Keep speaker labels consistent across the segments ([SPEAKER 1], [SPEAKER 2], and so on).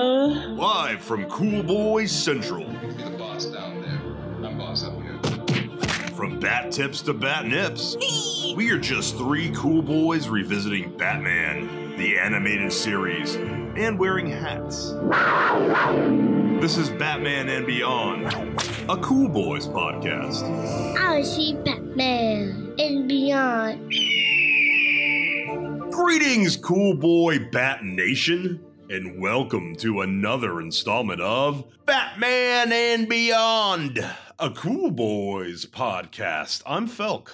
[SPEAKER 1] Live from Cool Boys Central.
[SPEAKER 2] Be the boss down there. I'm boss up here.
[SPEAKER 1] From bat tips to bat nips, we are just three cool boys revisiting Batman, the animated series, and wearing hats. This is Batman and Beyond, a Cool Boys podcast.
[SPEAKER 3] I see Batman and beyond.
[SPEAKER 1] Greetings, Cool Boy Bat Nation, and welcome to another installment of Batman and Beyond, a Cool Boys podcast. I'm Felk.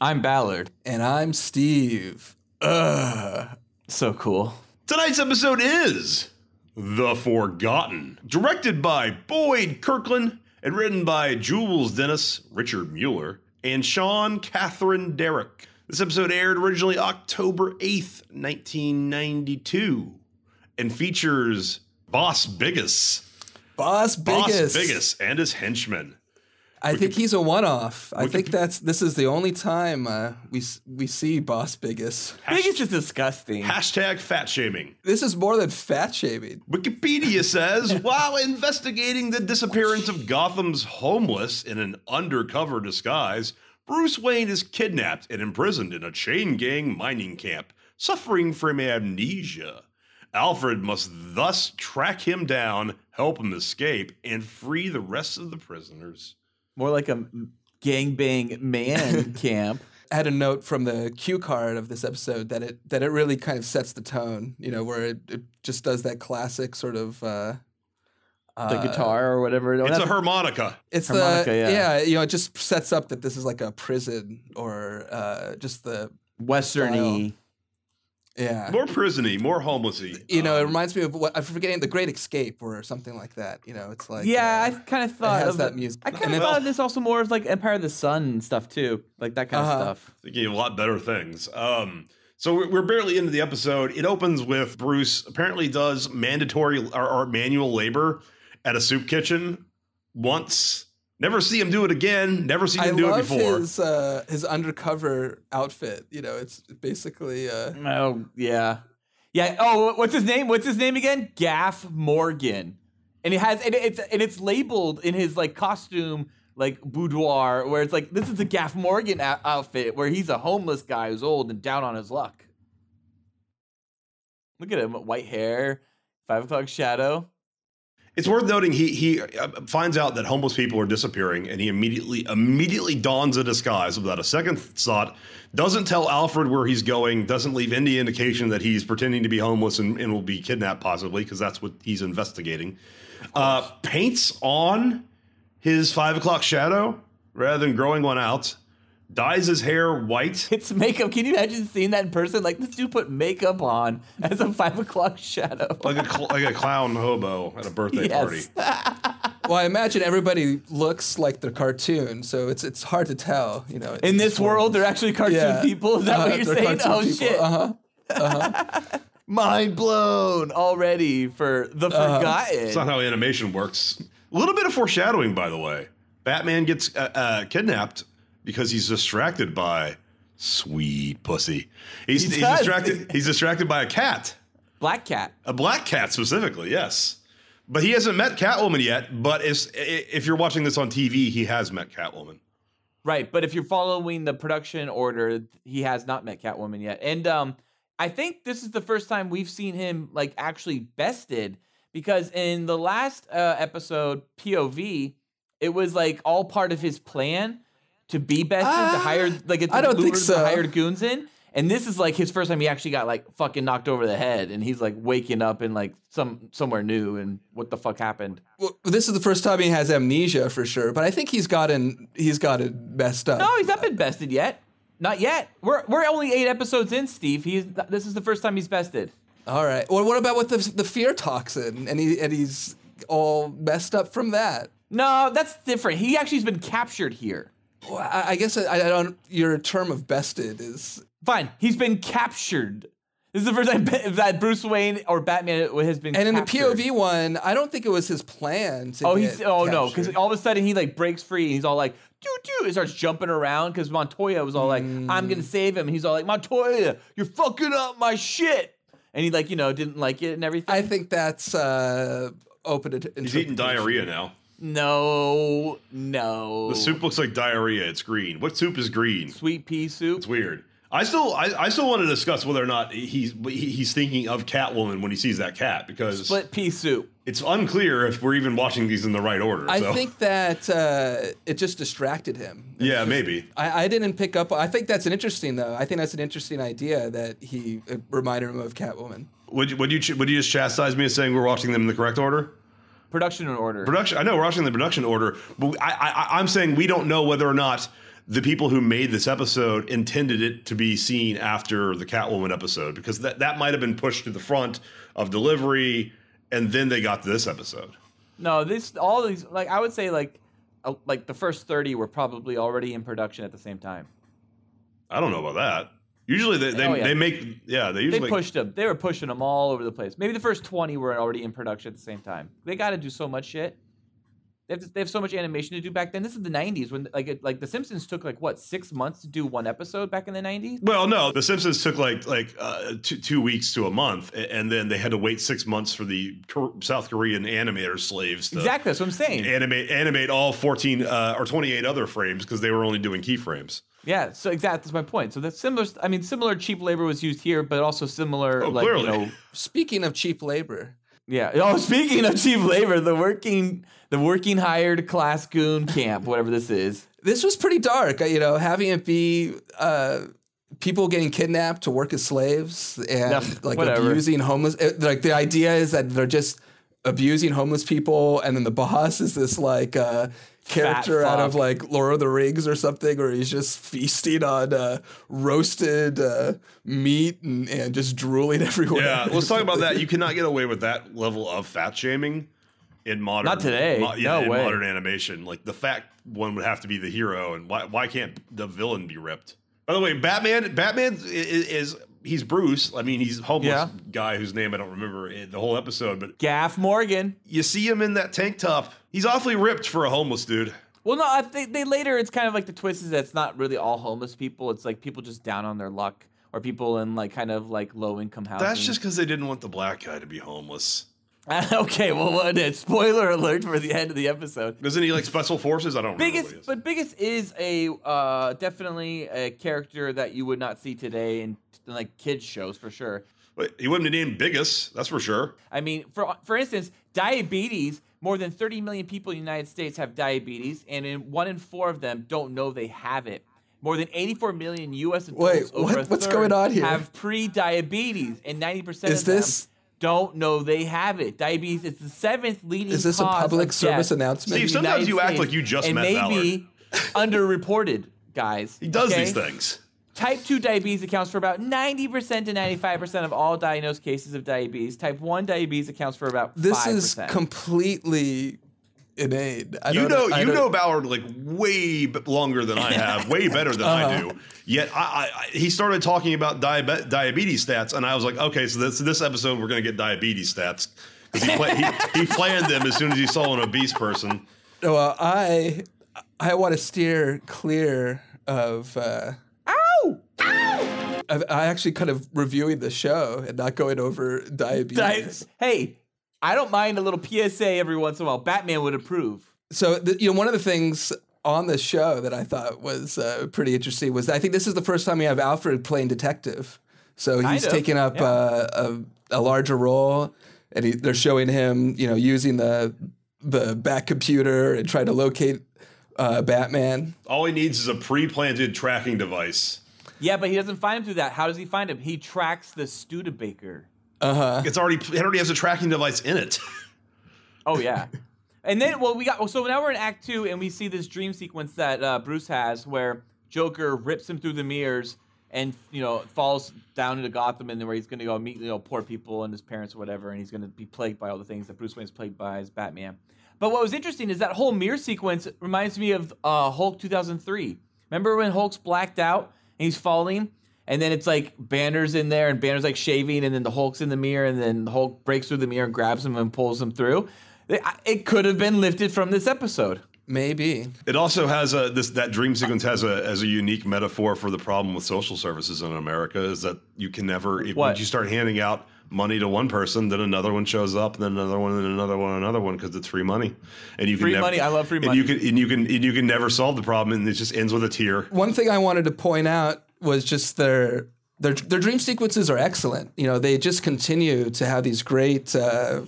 [SPEAKER 4] I'm Ballard. And I'm Steve. Ugh. So cool.
[SPEAKER 1] Tonight's episode is The Forgotten, directed by Boyd Kirkland and written by Jules Dennis, Richard Mueller, and Sean Catherine Derrick. This episode aired originally October 8th, 1992, and features Boss Biggest,
[SPEAKER 4] Boss
[SPEAKER 1] Boss
[SPEAKER 4] Biggest.
[SPEAKER 1] Biggest, and his henchmen.
[SPEAKER 4] I think he's a one off. I think that's this is the only time uh, we s- we see Boss Biggest.
[SPEAKER 5] Biggest is disgusting.
[SPEAKER 1] Hashtag fat shaming.
[SPEAKER 4] This is more than fat shaming.
[SPEAKER 1] Wikipedia says while investigating the disappearance of Gotham's homeless in an undercover disguise, Bruce Wayne is kidnapped and imprisoned in a chain gang mining camp, suffering from amnesia. Alfred must thus track him down, help him escape, and free the rest of the prisoners.
[SPEAKER 5] More like a gangbang man camp.
[SPEAKER 4] I had a note from the cue card of this episode that it that it really kind of sets the tone. You know, where it, it just does that classic sort of. Uh,
[SPEAKER 5] The
[SPEAKER 4] uh,
[SPEAKER 5] guitar or whatever. No,
[SPEAKER 1] It's a
[SPEAKER 5] that's-
[SPEAKER 1] harmonica.
[SPEAKER 4] It's
[SPEAKER 5] harmonica,
[SPEAKER 4] the
[SPEAKER 5] yeah.
[SPEAKER 4] you know, it just sets up that this is like a prison or uh, just the
[SPEAKER 5] westerny.
[SPEAKER 4] yeah.
[SPEAKER 1] More prisony, more homelessy.
[SPEAKER 4] you know, it
[SPEAKER 1] Um,
[SPEAKER 4] reminds me of what I'm forgetting, The Great Escape or something like that. You know, it's like
[SPEAKER 5] yeah, I
[SPEAKER 4] uh,
[SPEAKER 5] kind of thought
[SPEAKER 4] has
[SPEAKER 5] of
[SPEAKER 4] that
[SPEAKER 5] it-
[SPEAKER 4] music.
[SPEAKER 5] I kind
[SPEAKER 4] And
[SPEAKER 5] of
[SPEAKER 4] it-
[SPEAKER 5] thought of this also more as like Empire of the Sun and stuff too, like that kind
[SPEAKER 4] Uh-huh.
[SPEAKER 5] of stuff.
[SPEAKER 1] thinking of a lot better things. Um, so we're, we're barely into the episode. It opens with Bruce apparently does mandatory or, or manual labor at a soup kitchen once. Never see him do it again. Never see
[SPEAKER 4] I
[SPEAKER 1] him do it
[SPEAKER 4] love
[SPEAKER 1] before.
[SPEAKER 4] his uh, his undercover outfit. You know, it's basically uh,
[SPEAKER 5] Oh yeah, yeah. Oh, wh- what's his name? What's his name again? Gaff Morgan. And it has and it's and it's labeled in his like costume like boudoir where it's like this is the Gaff Morgan ou- outfit where he's a homeless guy who's old and down on his luck. Look at him, white hair, five o'clock shadow.
[SPEAKER 1] It's worth noting he he uh, finds out that homeless people are disappearing, and he immediately immediately dons a disguise without a second thought. Doesn't tell Alfred where he's going. Doesn't leave any indication that he's pretending to be homeless and, and will be kidnapped possibly because that's what he's investigating. Uh, paints on his five o'clock shadow rather than growing one out. Dyes his hair white.
[SPEAKER 5] It's makeup. Can you imagine seeing that in person? Like this dude put makeup on as a five o'clock shadow.
[SPEAKER 1] Like a cl- like a clown hobo at a birthday party.
[SPEAKER 5] Yes.
[SPEAKER 4] well, I imagine everybody looks like the cartoon, so it's it's hard to tell. You know,
[SPEAKER 5] In this world, they're actually cartoon people. Is that
[SPEAKER 4] Uh,
[SPEAKER 5] what you're
[SPEAKER 4] they're
[SPEAKER 5] saying?
[SPEAKER 4] cartoon
[SPEAKER 5] Oh
[SPEAKER 4] people.
[SPEAKER 5] shit.
[SPEAKER 4] Uh-huh.
[SPEAKER 5] mind blown already for the
[SPEAKER 1] It's
[SPEAKER 4] Uh-huh.
[SPEAKER 5] forgotten.
[SPEAKER 1] not how animation works. A little bit of foreshadowing, by the way. Batman gets uh, uh, kidnapped because he's distracted by sweet pussy. He's,
[SPEAKER 5] He
[SPEAKER 1] he's
[SPEAKER 5] does.
[SPEAKER 1] distracted. He's distracted by a cat,
[SPEAKER 5] Black Cat.
[SPEAKER 1] a black cat specifically. Yes, but he hasn't met Catwoman yet. But if if you're watching this on TV, he has met Catwoman.
[SPEAKER 5] Right, but if you're following the production order, he has not met Catwoman yet. And um I think this is the first time we've seen him like actually bested because in the last uh, episode POV, it was like all part of his plan to be bested to
[SPEAKER 4] Ah,
[SPEAKER 5] hire like it's
[SPEAKER 4] I don't think
[SPEAKER 5] lured
[SPEAKER 4] so.
[SPEAKER 5] the hired goons in. And this is like his first time he actually got like fucking knocked over the head and he's like waking up in like some somewhere new and what the fuck happened?
[SPEAKER 4] Well, this is the first time he has amnesia for sure, but I think he's gotten he's gotten messed up.
[SPEAKER 5] No, he's not been bested yet. Not yet. We're we're only eight episodes in, Steve. He's this is the first time he's bested.
[SPEAKER 4] All right. Well, what about with the the fear toxin? And he and he's all messed up from that.
[SPEAKER 5] No, that's different. He actually's been captured here.
[SPEAKER 4] Well, I, I guess I, I don't. Your term of bested is
[SPEAKER 5] Fine, he's been captured. This is the first time ba- that Bruce Wayne or Batman has been.
[SPEAKER 4] And in the
[SPEAKER 5] captured.
[SPEAKER 4] POV one, I don't think it was his plan to.
[SPEAKER 5] Oh,
[SPEAKER 4] get
[SPEAKER 5] he's oh no, because
[SPEAKER 4] captured.
[SPEAKER 5] all of a sudden he like breaks free and he's all like, "Doo doo," and starts jumping around because
[SPEAKER 4] Mm.
[SPEAKER 5] Montoya was all like, "I'm gonna save him," and he's all like, "Montoya, you're fucking up my shit." and he like you know didn't like it and everything.
[SPEAKER 4] I think that's uh, open to
[SPEAKER 1] He's eating
[SPEAKER 4] interpretation.
[SPEAKER 1] diarrhea now.
[SPEAKER 5] no, no.
[SPEAKER 1] The soup looks like diarrhea. It's green. What soup is green?
[SPEAKER 5] sweet pea soup.
[SPEAKER 1] It's weird. I still, I, I still want to discuss whether or not he's he- he's thinking of Catwoman when he sees that cat because
[SPEAKER 5] Split pea soup.
[SPEAKER 1] it's unclear if we're even watching these in the right order.
[SPEAKER 4] I
[SPEAKER 1] so.
[SPEAKER 4] think that uh, it just distracted him. It's
[SPEAKER 1] yeah,
[SPEAKER 4] just-
[SPEAKER 1] maybe.
[SPEAKER 4] I, I didn't pick up. I think that's an interesting though. I think that's an interesting idea that he it reminded him of Catwoman.
[SPEAKER 1] Would you, would you ch- would you just chastise me as saying we're watching them in the correct order?
[SPEAKER 5] Production in order.
[SPEAKER 1] Production. I know we're watching the production order, but I, I I- I'm saying we don't know whether or not the people who made this episode intended it to be seen after the Catwoman episode because that that might have been pushed to the front of delivery, and then they got to this episode.
[SPEAKER 5] no, this all these like I would say like uh, like the first thirty were probably already in production at the same time.
[SPEAKER 1] I don't know about that. Usually they they,
[SPEAKER 5] Oh, yeah.
[SPEAKER 1] they make yeah they
[SPEAKER 5] They
[SPEAKER 1] usually
[SPEAKER 5] pushed them. They were pushing them all over the place. Maybe the first twenty were already in production at the same time. They got to do so much shit. They have, to- they have so much animation to do back then. This is the '90s when like it, like The Simpsons took like what six months to do one episode back in the '90s.
[SPEAKER 1] Well, no, The Simpsons took like like uh, two, two weeks to a month, a- and then they had to wait six months for the Cor- South Korean animator slaves to
[SPEAKER 5] Exactly, that's what I'm saying.
[SPEAKER 1] animate animate all fourteen uh, or twenty eight other frames because they were only doing keyframes.
[SPEAKER 5] Yeah, so exactly that's my point. So that's similar. I mean, similar cheap labor was used here, but also similar,
[SPEAKER 1] Oh,
[SPEAKER 5] like
[SPEAKER 1] clearly.
[SPEAKER 5] you know,
[SPEAKER 4] Speaking of cheap labor,
[SPEAKER 5] yeah. Oh, speaking of cheap labor, the working, the working hired class goon camp, whatever this is.
[SPEAKER 4] this was pretty dark. uh, You know, having it be uh, people getting kidnapped to work as slaves and
[SPEAKER 5] Ugh,
[SPEAKER 4] like
[SPEAKER 5] whatever.
[SPEAKER 4] abusing homeless. It, like the idea is that they're just abusing homeless people, and then the boss is this like uh, character out of
[SPEAKER 5] fuck.
[SPEAKER 4] like Lord of the Rings or something, where he's just feasting on uh, roasted uh, meat and, and just drooling everywhere.
[SPEAKER 1] Yeah, let's talk about that. You cannot get away with that level of fat shaming in modern.
[SPEAKER 5] Not today.
[SPEAKER 1] yeah,
[SPEAKER 5] No
[SPEAKER 1] in
[SPEAKER 5] way.
[SPEAKER 1] Modern animation, like the fat one would have to be the hero, and why why can't the villain be ripped? By the way, Batman. Batman is, is he's Bruce. I mean, he's homeless
[SPEAKER 5] Yeah.
[SPEAKER 1] guy whose name I don't remember in the whole episode, but
[SPEAKER 5] Gaff Morgan.
[SPEAKER 1] you see him in that tank top. He's awfully ripped for a homeless dude.
[SPEAKER 5] Well, no, I think they later. It's kind of like the twist is that it's not really all homeless people. It's like people just down on their luck, or people in like kind of like low income housing.
[SPEAKER 1] That's just because they didn't want the black guy to be homeless.
[SPEAKER 5] okay. Well, what is- spoiler alert for the end of the episode.
[SPEAKER 1] Isn't he like special forces? I don't remember. what he
[SPEAKER 5] biggest
[SPEAKER 1] is.
[SPEAKER 5] but biggest is a uh, definitely a character that you would not see today in, in like kids shows for sure
[SPEAKER 1] But he wouldn't have named Biggest, that's for sure.
[SPEAKER 5] i mean for for instance diabetes more than 30 million people in the united states have diabetes and in one in four of them don't know they have it more than 84 million U.S. adults
[SPEAKER 4] Wait,
[SPEAKER 5] over
[SPEAKER 4] what-
[SPEAKER 5] a
[SPEAKER 4] what's
[SPEAKER 5] third
[SPEAKER 4] going on here?
[SPEAKER 5] have pre-diabetes, and 90%
[SPEAKER 4] Is
[SPEAKER 5] of them
[SPEAKER 4] this-
[SPEAKER 5] don't know they have it. Diabetes is the seventh leading.
[SPEAKER 4] Is this a
[SPEAKER 5] cause of
[SPEAKER 4] public service
[SPEAKER 5] death.
[SPEAKER 4] announcement?
[SPEAKER 1] Steve,
[SPEAKER 5] the
[SPEAKER 1] sometimes
[SPEAKER 5] United
[SPEAKER 1] you act
[SPEAKER 5] States,
[SPEAKER 1] like you just
[SPEAKER 5] and
[SPEAKER 1] met
[SPEAKER 5] maybe underreported, guys.
[SPEAKER 1] He does these things.
[SPEAKER 5] Type 2 diabetes accounts for about 90% to 95% of all diagnosed cases of diabetes. Type 1 diabetes accounts for about
[SPEAKER 4] This
[SPEAKER 5] 5%.
[SPEAKER 4] is completely inane. I
[SPEAKER 1] You
[SPEAKER 4] don't
[SPEAKER 1] know,
[SPEAKER 4] I
[SPEAKER 1] you
[SPEAKER 4] don't-
[SPEAKER 1] know Ballard like way b- longer than I have, way better than
[SPEAKER 4] Uh-huh.
[SPEAKER 1] I do. Yet I, I, I, he started talking about diabe- diabetes stats, and I was like, okay, so this this episode we're gonna get diabetes stats because he, pla- he, he planned them as soon as he saw an obese person.
[SPEAKER 4] Well, I I want to steer clear of. Uh,
[SPEAKER 5] Ow!
[SPEAKER 4] of- I actually kind of reviewing the show and not going over diabetes.
[SPEAKER 5] Di- hey, I don't mind a little PSA every once in a while. Batman would approve.
[SPEAKER 4] so the, you know, one of the things on the show that I thought was uh, pretty interesting was I think this is the first time we have Alfred playing detective. So he's
[SPEAKER 5] Kind of,
[SPEAKER 4] taking up
[SPEAKER 5] yeah.
[SPEAKER 4] uh, a, a larger role, and he, they're showing him, you know, using the the back computer and trying to locate uh, Batman.
[SPEAKER 1] All he needs is a pre-planted tracking device.
[SPEAKER 5] Yeah, but he doesn't find him through that. How does he find him? He tracks the Studebaker.
[SPEAKER 4] Uh-huh.
[SPEAKER 1] It's already it already has a tracking device in it.
[SPEAKER 5] Oh yeah. and then well we got so now we're in act 2 and we see this dream sequence that uh, Bruce has where Joker rips him through the mirrors and you know falls down into Gotham and where he's going to go meet you know poor people and his parents or whatever and he's going to be plagued by all the things that Bruce Wayne's plagued by as Batman. But what was interesting is that whole mirror sequence reminds me of uh, Hulk 2003. Remember when Hulk's blacked out and he's falling? And then it's like Banner's in there, and Banner's like shaving, and then the Hulk's in the mirror, and then the Hulk breaks through the mirror and grabs him and pulls him through. It, I- it could have been lifted from this episode.
[SPEAKER 4] Maybe
[SPEAKER 1] It also has a this that dream sequence has a as a unique metaphor for the problem with social services in America is that you can never if
[SPEAKER 5] What?
[SPEAKER 1] once you start handing out money to one person, then another one shows up, then another one, then another one, another one because it's free money, and you can
[SPEAKER 5] Free
[SPEAKER 1] never,
[SPEAKER 5] money. I love free
[SPEAKER 1] and
[SPEAKER 5] money.
[SPEAKER 1] you can and you can and you can never solve the problem, and it just ends with a tear.
[SPEAKER 4] one thing I wanted to point out was just their their their dream sequences are excellent. You know, they just continue to have these great, uh,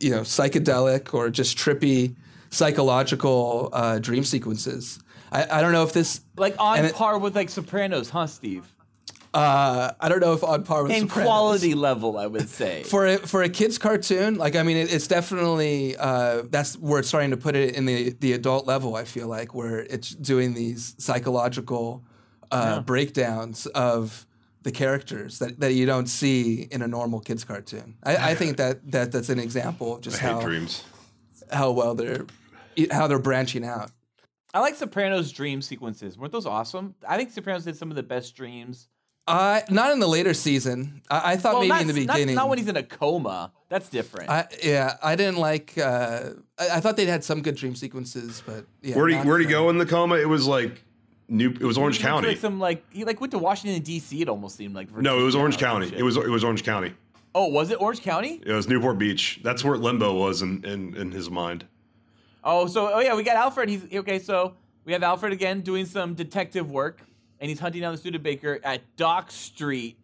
[SPEAKER 4] you know, psychedelic or just trippy psychological uh, dream sequences. I, I don't know if this
[SPEAKER 5] like on
[SPEAKER 4] And it-
[SPEAKER 5] par with like Sopranos, huh, Steve?
[SPEAKER 4] uh, I don't know if on par with
[SPEAKER 5] In
[SPEAKER 4] Sopranos.
[SPEAKER 5] quality level, I would say.
[SPEAKER 4] for a, for a kids cartoon. Like I mean, it, it's definitely uh, that's where it's starting to put it in the the adult level. I feel like where it's doing these psychological uh, breakdowns of the characters that, that you don't see in a normal kids cartoon. I, I think that, that that's an example of
[SPEAKER 1] I
[SPEAKER 4] just
[SPEAKER 1] hate
[SPEAKER 4] how
[SPEAKER 1] dreams.
[SPEAKER 4] how well they're how they're branching out.
[SPEAKER 5] I like Sopranos dream sequences. Weren't those awesome? I think Sopranos did some of the best dreams.
[SPEAKER 4] I not in the later season. I, I thought
[SPEAKER 5] well,
[SPEAKER 4] maybe
[SPEAKER 5] not,
[SPEAKER 4] in the
[SPEAKER 5] s- not-
[SPEAKER 4] beginning.
[SPEAKER 5] Not, when he's in a coma. That's different.
[SPEAKER 4] I, yeah, I didn't like. Uh, I, I thought they'd had some good dream sequences, but yeah,
[SPEAKER 1] Where'd he
[SPEAKER 4] not
[SPEAKER 1] Where'd he
[SPEAKER 4] for-
[SPEAKER 1] go in the coma? It was like New. It was Orange
[SPEAKER 5] He went to,
[SPEAKER 1] County.
[SPEAKER 5] Like some like he like went to Washington D.C. It almost seemed like.
[SPEAKER 1] No, it was
[SPEAKER 5] Virginia
[SPEAKER 1] Orange
[SPEAKER 5] or some
[SPEAKER 1] County.
[SPEAKER 5] shit.
[SPEAKER 1] It was it was Orange County.
[SPEAKER 5] Oh, was it Orange County?
[SPEAKER 1] It was Newport Beach. That's where Limbo was in in, in his mind.
[SPEAKER 5] Oh, so oh yeah, we got Alfred. He's okay. So we have Alfred again doing some detective work, and he's hunting down the Studebaker at Dock Street,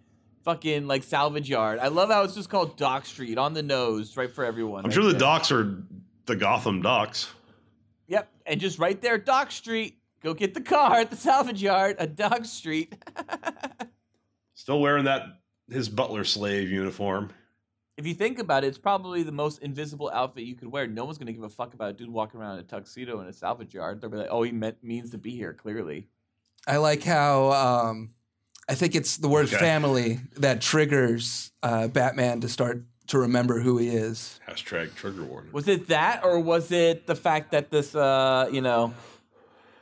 [SPEAKER 5] fucking like salvage yard. I love how it's just called Dock Street on the nose, right for
[SPEAKER 1] I'm
[SPEAKER 5] everyone. right
[SPEAKER 1] sure the
[SPEAKER 5] there.
[SPEAKER 1] docks are the Gotham docks.
[SPEAKER 5] Yep, and just right there, Dock Street. Go get the car at the salvage yard at Dock Street.
[SPEAKER 1] Still wearing that his butler slave uniform.
[SPEAKER 5] if you think about it, it's probably the most invisible outfit you could wear. No one's gonna give a fuck about a dude walking around in a tuxedo in a salvage yard. They'll be like, "Oh, he meant, means to be here." Clearly,
[SPEAKER 4] I like how um, I think it's the word
[SPEAKER 1] Okay.
[SPEAKER 4] family that triggers uh, Batman to start to remember who he is.
[SPEAKER 1] Hashtag trigger warning.
[SPEAKER 5] was it that, or was it the fact that this, uh, you know,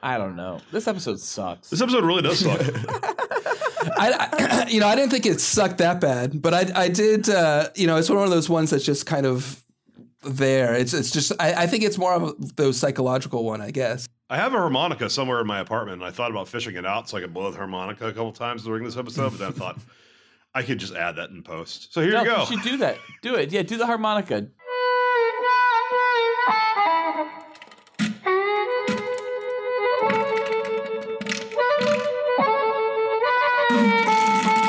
[SPEAKER 5] I don't know. This episode sucks.
[SPEAKER 1] This episode really does suck.
[SPEAKER 4] I, I- you know, I didn't think it sucked that bad, but I, I did. Uh, you know, it's one of those ones that's just kind of there. It's, it's just. I, I think it's more of the psychological one, I guess.
[SPEAKER 1] I have a harmonica somewhere in my apartment, and I thought about fishing it out so I could blow the harmonica a couple times during this episode, but then I thought I could just add that in post. So here
[SPEAKER 5] no,
[SPEAKER 1] you go.
[SPEAKER 5] should do that. Do it. Yeah, do the harmonica.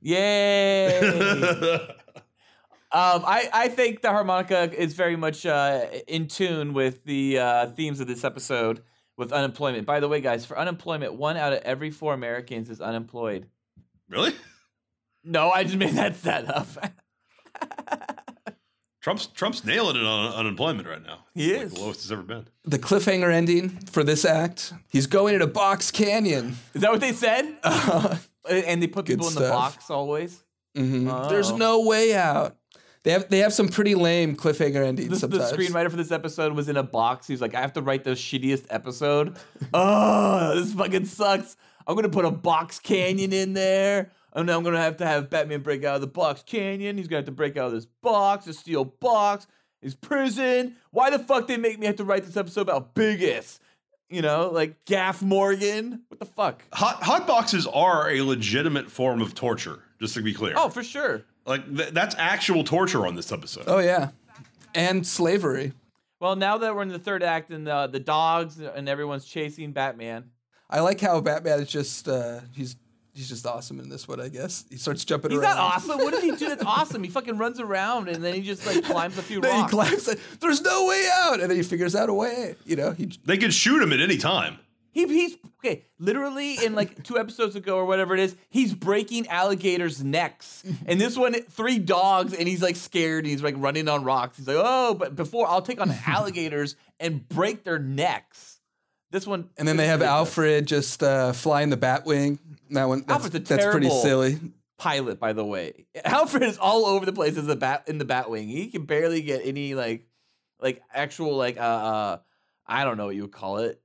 [SPEAKER 5] Yay! Um, I, I think the harmonica is very much uh, in tune with the uh, themes of this episode with unemployment. By the way, guys, for unemployment, one out of every four Americans is unemployed.
[SPEAKER 1] really?
[SPEAKER 5] No, I just made that set up.
[SPEAKER 1] Trump's Trump's nailing it on unemployment right now.
[SPEAKER 5] He
[SPEAKER 1] It's like
[SPEAKER 5] is.
[SPEAKER 1] the lowest it's ever been.
[SPEAKER 4] The cliffhanger ending for this act. He's going into Box Canyon.
[SPEAKER 5] is that what they said? and they put
[SPEAKER 4] Good
[SPEAKER 5] people in the
[SPEAKER 4] stuff.
[SPEAKER 5] box always.
[SPEAKER 4] Mhm.
[SPEAKER 5] Oh.
[SPEAKER 4] There's no way out. They have they have some pretty lame cliffhanger endings
[SPEAKER 5] The, the
[SPEAKER 4] sometimes.
[SPEAKER 5] screenwriter for this episode was in a box. He was like, I have to write the shittiest episode. oh, this fucking sucks. I'm going to put a box canyon in there. And then I'm going to have to have Batman break out of the box canyon. He's going to have to break out of this box, a steel box, his prison. Why the fuck they make me have to write this episode about biggest? You know, like Gaff Morgan? What the fuck?
[SPEAKER 1] Hot hot boxes are a legitimate form of torture. Just to be clear,
[SPEAKER 5] Oh, for sure.
[SPEAKER 1] like th- that's actual torture on this episode.
[SPEAKER 4] Oh yeah, and slavery.
[SPEAKER 5] Well, now that we're in the third act and uh, the dogs and everyone's chasing Batman,
[SPEAKER 4] I like how Batman is just uh, he's he's just awesome in this one. I guess he starts jumping
[SPEAKER 5] He's
[SPEAKER 4] around.
[SPEAKER 5] not awesome. What does he do that's awesome? He fucking runs around and then he just like climbs a few
[SPEAKER 4] Then he
[SPEAKER 5] rocks.
[SPEAKER 4] climbs. it. There's no way out, and then he figures out a way. You know, he
[SPEAKER 1] They could shoot him at any time.
[SPEAKER 5] he, he's okay. Literally, in like two episodes ago or whatever it is, he's breaking alligators' necks. And this one, three dogs, and he's like scared. And he's like running on rocks. He's like, oh, but before I'll take on alligators and break their necks. This one,
[SPEAKER 4] and then they have Alfred just uh, flying the Batwing. That one. That's,
[SPEAKER 5] Alfred's a
[SPEAKER 4] that's pretty
[SPEAKER 5] terrible-
[SPEAKER 4] silly.
[SPEAKER 5] pilot, by the way. Alfred is all over the place as a bat in the Batwing. He can barely get any like, like actual like uh, uh I don't know what you would call it.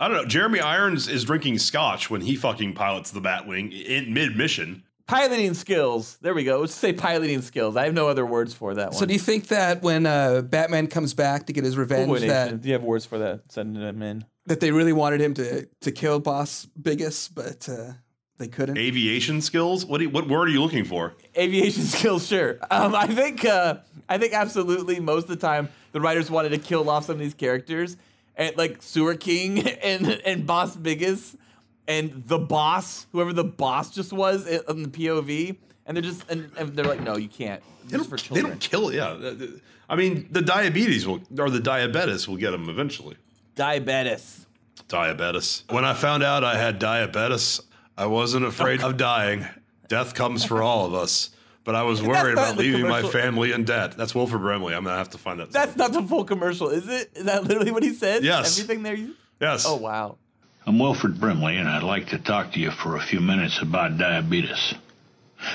[SPEAKER 1] I don't know. Jeremy Irons is drinking scotch when he fucking pilots the Batwing in mid mission.
[SPEAKER 5] Piloting skills. There we go. Let's say piloting skills. I have no other words for that one.
[SPEAKER 4] So do you think that when uh, Batman comes back to get his revenge, that
[SPEAKER 5] do you have words for that? Send them in.
[SPEAKER 4] that they really wanted him to to kill Boss Biggest, but uh, They couldn't.
[SPEAKER 1] Aviation skills? What do you, what word are you looking for?
[SPEAKER 5] aviation skills, sure. Um, I think uh, I think absolutely most of the time the writers wanted to kill off some of these characters, and like Sewer King and and Boss Biggest and the boss, whoever the boss just was i- on the POV, and they're just and, and they're like, no, you can't.
[SPEAKER 1] They
[SPEAKER 5] This is
[SPEAKER 1] don't,
[SPEAKER 5] for
[SPEAKER 1] they
[SPEAKER 5] children.
[SPEAKER 1] don't kill. Yeah, Uh, uh, I mean the diabetes will or the diabetes will get them eventually.
[SPEAKER 5] Diabetes.
[SPEAKER 1] Diabetes. When I found out I had diabetes, I wasn't afraid of dying. Death comes for all of us. But I was worried
[SPEAKER 5] not
[SPEAKER 1] about
[SPEAKER 5] the
[SPEAKER 1] leaving my
[SPEAKER 5] commercial.
[SPEAKER 1] family in debt. That's Wilford Brimley. I'm gonna have to find that.
[SPEAKER 5] That's not the full commercial, is it? Is that literally what he said?
[SPEAKER 1] Yes.
[SPEAKER 5] Everything there. You-
[SPEAKER 1] yes.
[SPEAKER 5] oh wow.
[SPEAKER 6] I'm Wilfred Brimley, and I'd like to talk to you for a few minutes about diabetes.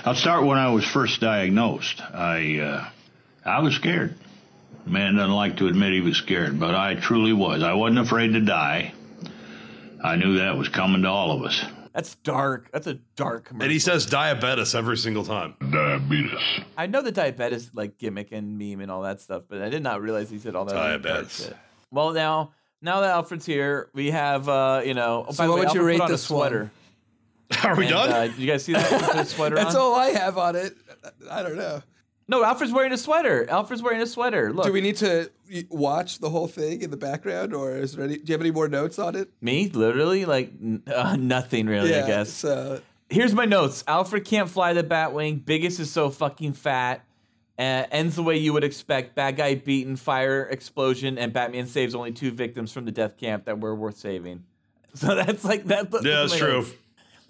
[SPEAKER 6] I'll start when I was first diagnosed. I, uh, I was scared. Man doesn't like to admit he was scared, but I truly was. I wasn't afraid to die. I knew that was coming to all of us.
[SPEAKER 5] That's dark. That's a dark commercial.
[SPEAKER 1] And he says diabetes every single time.
[SPEAKER 6] Diabetes.
[SPEAKER 5] I know the diabetes like gimmick and meme and all that stuff, but I did not realize he said all that. dark
[SPEAKER 1] Diabetes.
[SPEAKER 5] shit. Well, now now that Alfred's here, we have uh, you know. oh,
[SPEAKER 4] So
[SPEAKER 5] by the
[SPEAKER 4] what
[SPEAKER 5] way,
[SPEAKER 4] would you
[SPEAKER 5] Alfred
[SPEAKER 4] rate
[SPEAKER 5] put on a
[SPEAKER 4] this one?
[SPEAKER 5] sweater?
[SPEAKER 1] Are we
[SPEAKER 5] And,
[SPEAKER 1] done?
[SPEAKER 5] uh, you guys see that Alfred put a sweater
[SPEAKER 4] That's
[SPEAKER 5] on?
[SPEAKER 4] all I have on it. I don't know.
[SPEAKER 5] No, Alfred's wearing a sweater. Alfred's wearing a sweater. Look,
[SPEAKER 4] Do we need to y- watch the whole thing in the background, or is there any? Do you have any more notes on it?
[SPEAKER 5] me literally like n- uh, nothing really. I guess.
[SPEAKER 4] So
[SPEAKER 5] Here's my notes. Alfred can't fly the Batwing. Biggest is so fucking fat. Uh, ends the way you would expect. Bad guy beaten, fire explosion, and Batman saves only two victims from the death camp that were worth saving. So that's like that.
[SPEAKER 1] yeah, that's true.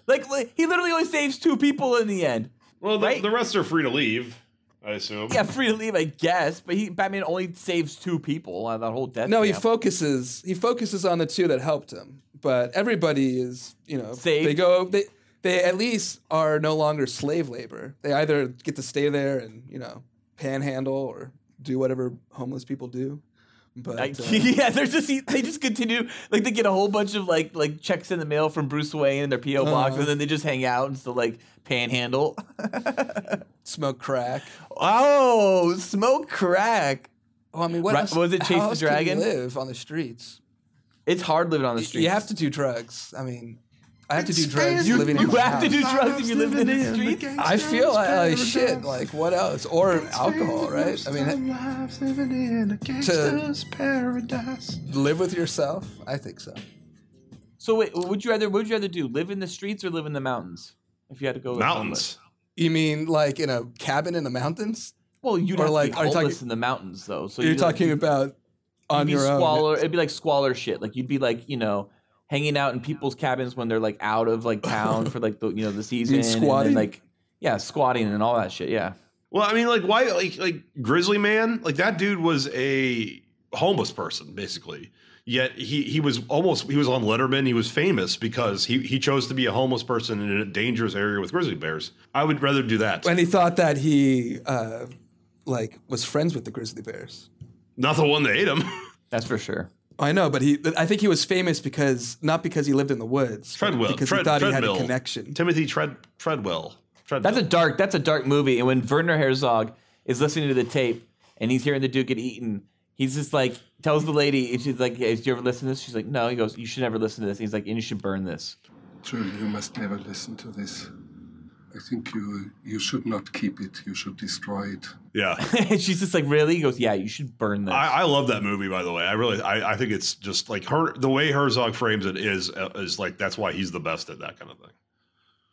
[SPEAKER 5] Like, like, he literally only saves two people in the end.
[SPEAKER 1] Well, the,
[SPEAKER 5] Right?
[SPEAKER 1] the rest are free to leave, I assume.
[SPEAKER 5] Yeah, free to leave, I guess. But he Batman only saves two people on that whole death.
[SPEAKER 4] no, he
[SPEAKER 5] camp.
[SPEAKER 4] focuses. He focuses on the two that helped him, but everybody is, you know,
[SPEAKER 5] Saved.
[SPEAKER 4] they go. They they at least are no longer slave labor. They either get to stay there and you know panhandle or do whatever homeless people do. But
[SPEAKER 5] Like,
[SPEAKER 4] uh,
[SPEAKER 5] yeah, they're just he- they just continue like they get a whole bunch of like like checks in the mail from Bruce Wayne in their PO box,
[SPEAKER 4] Uh-huh.
[SPEAKER 5] and then they just hang out and still like panhandle.
[SPEAKER 4] smoke crack.
[SPEAKER 5] oh, smoke crack!
[SPEAKER 4] Oh, I mean, what
[SPEAKER 5] Right,
[SPEAKER 4] else,
[SPEAKER 5] was it
[SPEAKER 4] how
[SPEAKER 5] Chase the
[SPEAKER 4] else can you
[SPEAKER 5] Dragon?
[SPEAKER 4] live on the streets.
[SPEAKER 5] It's hard living on the streets.
[SPEAKER 4] You have to do drugs. I mean, I have to do
[SPEAKER 1] Expand
[SPEAKER 4] drugs
[SPEAKER 1] your-
[SPEAKER 4] living in
[SPEAKER 5] You
[SPEAKER 4] my
[SPEAKER 5] have to
[SPEAKER 4] house.
[SPEAKER 5] do drugs if you live in the streets.
[SPEAKER 4] I feel like, like shit. Like what else? Or alcohol, right? I mean, to
[SPEAKER 1] paradise.
[SPEAKER 4] live with yourself. I think so.
[SPEAKER 5] So wait, would you rather? What would you rather do? Live in the streets or live in the mountains? If you had to go with
[SPEAKER 1] Mountains.
[SPEAKER 5] homeless.
[SPEAKER 4] You mean like in a cabin in the mountains?
[SPEAKER 5] Well, you'd
[SPEAKER 4] Or
[SPEAKER 5] have
[SPEAKER 4] like,
[SPEAKER 5] to be
[SPEAKER 4] are you
[SPEAKER 5] homeless
[SPEAKER 4] talking-
[SPEAKER 5] in the mountains though. So
[SPEAKER 4] You're
[SPEAKER 5] you'd, like,
[SPEAKER 4] talking about on
[SPEAKER 5] be
[SPEAKER 4] your own.
[SPEAKER 5] squalor. It'd be like squalor shit. Like you'd be like you know hanging out in people's cabins when they're like out of like town for like the you know the season. and then,
[SPEAKER 4] squatting?
[SPEAKER 5] like yeah, squatting and all that shit. Yeah.
[SPEAKER 1] Well, I mean, like, why, like, like Grizzly Man, like that dude was a homeless person basically. Yet he he was almost he was on Letterman. He was famous because he he chose to be a homeless person in a dangerous area with grizzly bears. I would rather do that.
[SPEAKER 4] And he thought that he uh, like was friends with the grizzly bears.
[SPEAKER 1] Not the one that ate him.
[SPEAKER 5] That's for sure.
[SPEAKER 4] I know, but he. I think he was famous because not because he lived in the woods. but
[SPEAKER 1] Treadwell.
[SPEAKER 4] Because
[SPEAKER 1] Tread-
[SPEAKER 4] he thought he
[SPEAKER 1] Treadmill.
[SPEAKER 4] had a connection.
[SPEAKER 1] Timothy Tread Treadwell. Treadwell.
[SPEAKER 5] That's a dark. That's a dark movie. And when Werner Herzog is listening to the tape and he's hearing the dude get eaten, he's just like tells the lady, and she's like, "Hey, "Do you ever listen to this?" She's like, "No." He goes, "You should never listen to this." He's like, "And you should burn this."
[SPEAKER 7] Truly, you must never listen to this. I think you you should not keep it. You should destroy it.
[SPEAKER 1] yeah.
[SPEAKER 5] and she's just like, "Really?" He goes, "Yeah, you should burn this."
[SPEAKER 1] I, I love that movie, by the way. I really, I, I think it's just like her. The way Herzog frames it is, uh, is like that's why he's the best at that kind of thing.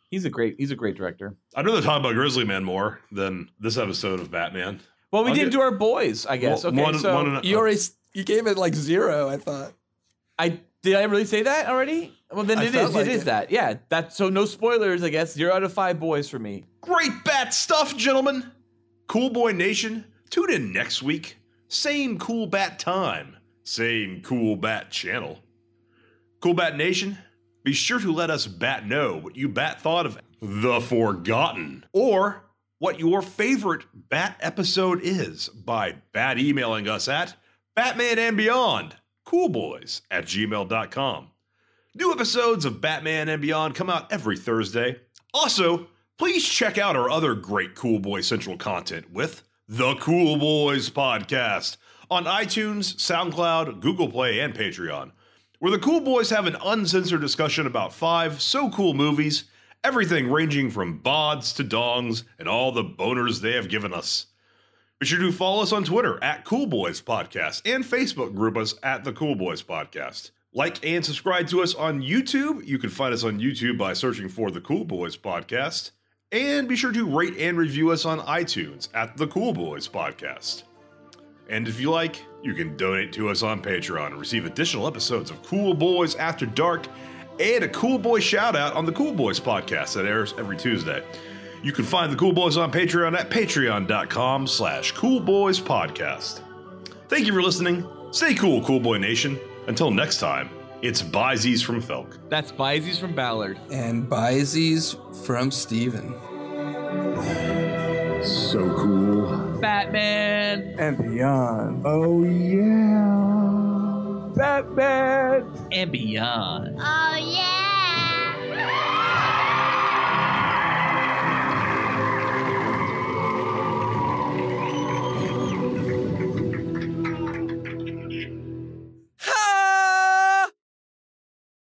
[SPEAKER 5] he's a great. He's a great director.
[SPEAKER 1] I'd rather talk about Grizzly Man more than this episode of Batman.
[SPEAKER 5] Well, we
[SPEAKER 1] I'll
[SPEAKER 5] didn't
[SPEAKER 1] get-
[SPEAKER 5] do our boys, I guess.
[SPEAKER 1] Well,
[SPEAKER 5] okay,
[SPEAKER 1] one-
[SPEAKER 5] so
[SPEAKER 1] one and a-
[SPEAKER 4] You already s- you gave it like zero. I thought.
[SPEAKER 5] I did I really say that already? Well, then
[SPEAKER 4] I
[SPEAKER 5] it
[SPEAKER 4] felt
[SPEAKER 5] is.
[SPEAKER 4] like
[SPEAKER 5] it is
[SPEAKER 4] it.
[SPEAKER 5] that. Yeah, that's so no spoilers. I guess zero out of five boys for me.
[SPEAKER 1] Great bat stuff, gentlemen. Cool Boy Nation, tune in next week. Same cool bat time, same cool bat channel. Cool Bat Nation, be sure to let us bat know what you bat thought of The Forgotten or what your favorite bat episode is by bat emailing us at Batman and Beyond, coolboys at gmail.com. New episodes of Batman and Beyond come out every Thursday. Also, please check out our other great Cool Boy Central content with the Cool Boys Podcast on iTunes, SoundCloud, Google Play, and Patreon, where the Cool Boys have an uncensored discussion about five so cool movies everything ranging from bods to dongs and all the boners they have given us. Be sure to follow us on Twitter at Cool Boys Podcast and Facebook group us at the Cool Boys Podcast. Like and subscribe to us on YouTube. You can find us on YouTube by searching for the Cool Boys Podcast. And be sure to rate and review us on iTunes at the Cool Boys Podcast. And if you like, you can donate to us on Patreon and receive additional episodes of Cool Boys After Dark and a Cool Boy shout out on the Cool Boys podcast that airs every Tuesday. You can find the Cool Boys on Patreon at patreon.com slash Cool Boys Podcast. Thank you for listening. Stay cool, Cool Boy Nation. Until next time, it's Byzies from Felk.
[SPEAKER 5] That's Byzies from Ballard.
[SPEAKER 4] And Byzies from Steven.
[SPEAKER 8] So cool.
[SPEAKER 5] Batman.
[SPEAKER 4] And beyond.
[SPEAKER 8] Oh, yeah.
[SPEAKER 5] and beyond.
[SPEAKER 3] Oh,